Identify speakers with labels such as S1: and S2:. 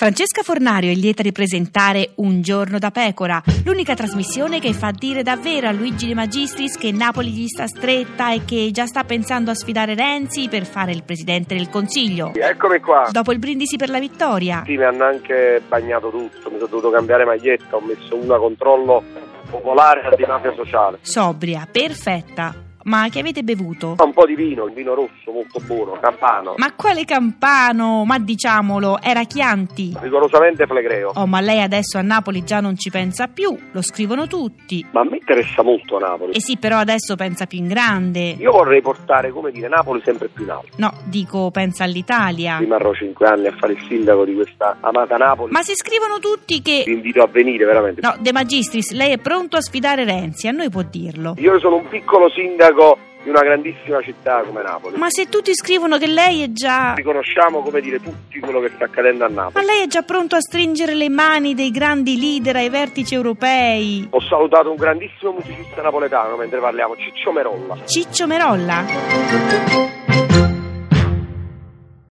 S1: Francesca Fornario è lieta di presentare Un giorno da pecora, l'unica trasmissione che fa dire davvero a Luigi De Magistris che Napoli gli sta stretta e che già sta pensando a sfidare Renzi per fare il presidente del Consiglio.
S2: Eccomi qua.
S1: Dopo il brindisi per la vittoria,
S2: Sì, mi hanno anche bagnato tutto, mi sono dovuto cambiare maglietta, ho messo una controllo popolare di mafia sociale.
S1: sobria, perfetta, ma che avete bevuto?
S2: Un po' di vino, il vino rosso molto buono, campano,
S1: Ma quale campano? Ma diciamolo, era Chianti.
S2: rigorosamente flegreo.
S1: Oh, ma lei adesso a Napoli già non ci pensa più, lo scrivono tutti.
S2: Ma a me interessa molto Napoli.
S1: E sì, però adesso pensa più in grande.
S2: Io vorrei portare, come dire, Napoli sempre più in alto.
S1: No, dico, pensa all'Italia.
S2: Rimarrò cinque anni a fare il sindaco di questa amata Napoli.
S1: Ma si scrivono tutti che...
S2: Ti invito a venire veramente.
S1: No, De Magistris, lei è pronto a sfidare Renzi, a noi può dirlo.
S2: Io sono un piccolo sindaco di una grandissima città come Napoli.
S1: Ma se tutti scrivono che lei è già...
S2: Riconosciamo, come dire, tutti quello che sta accadendo a Napoli.
S1: Ma lei è già pronto a stringere le mani dei grandi leader ai vertici europei.
S2: Ho salutato un grandissimo musicista napoletano mentre parliamo, Ciccio Merolla.
S1: Ciccio Merolla.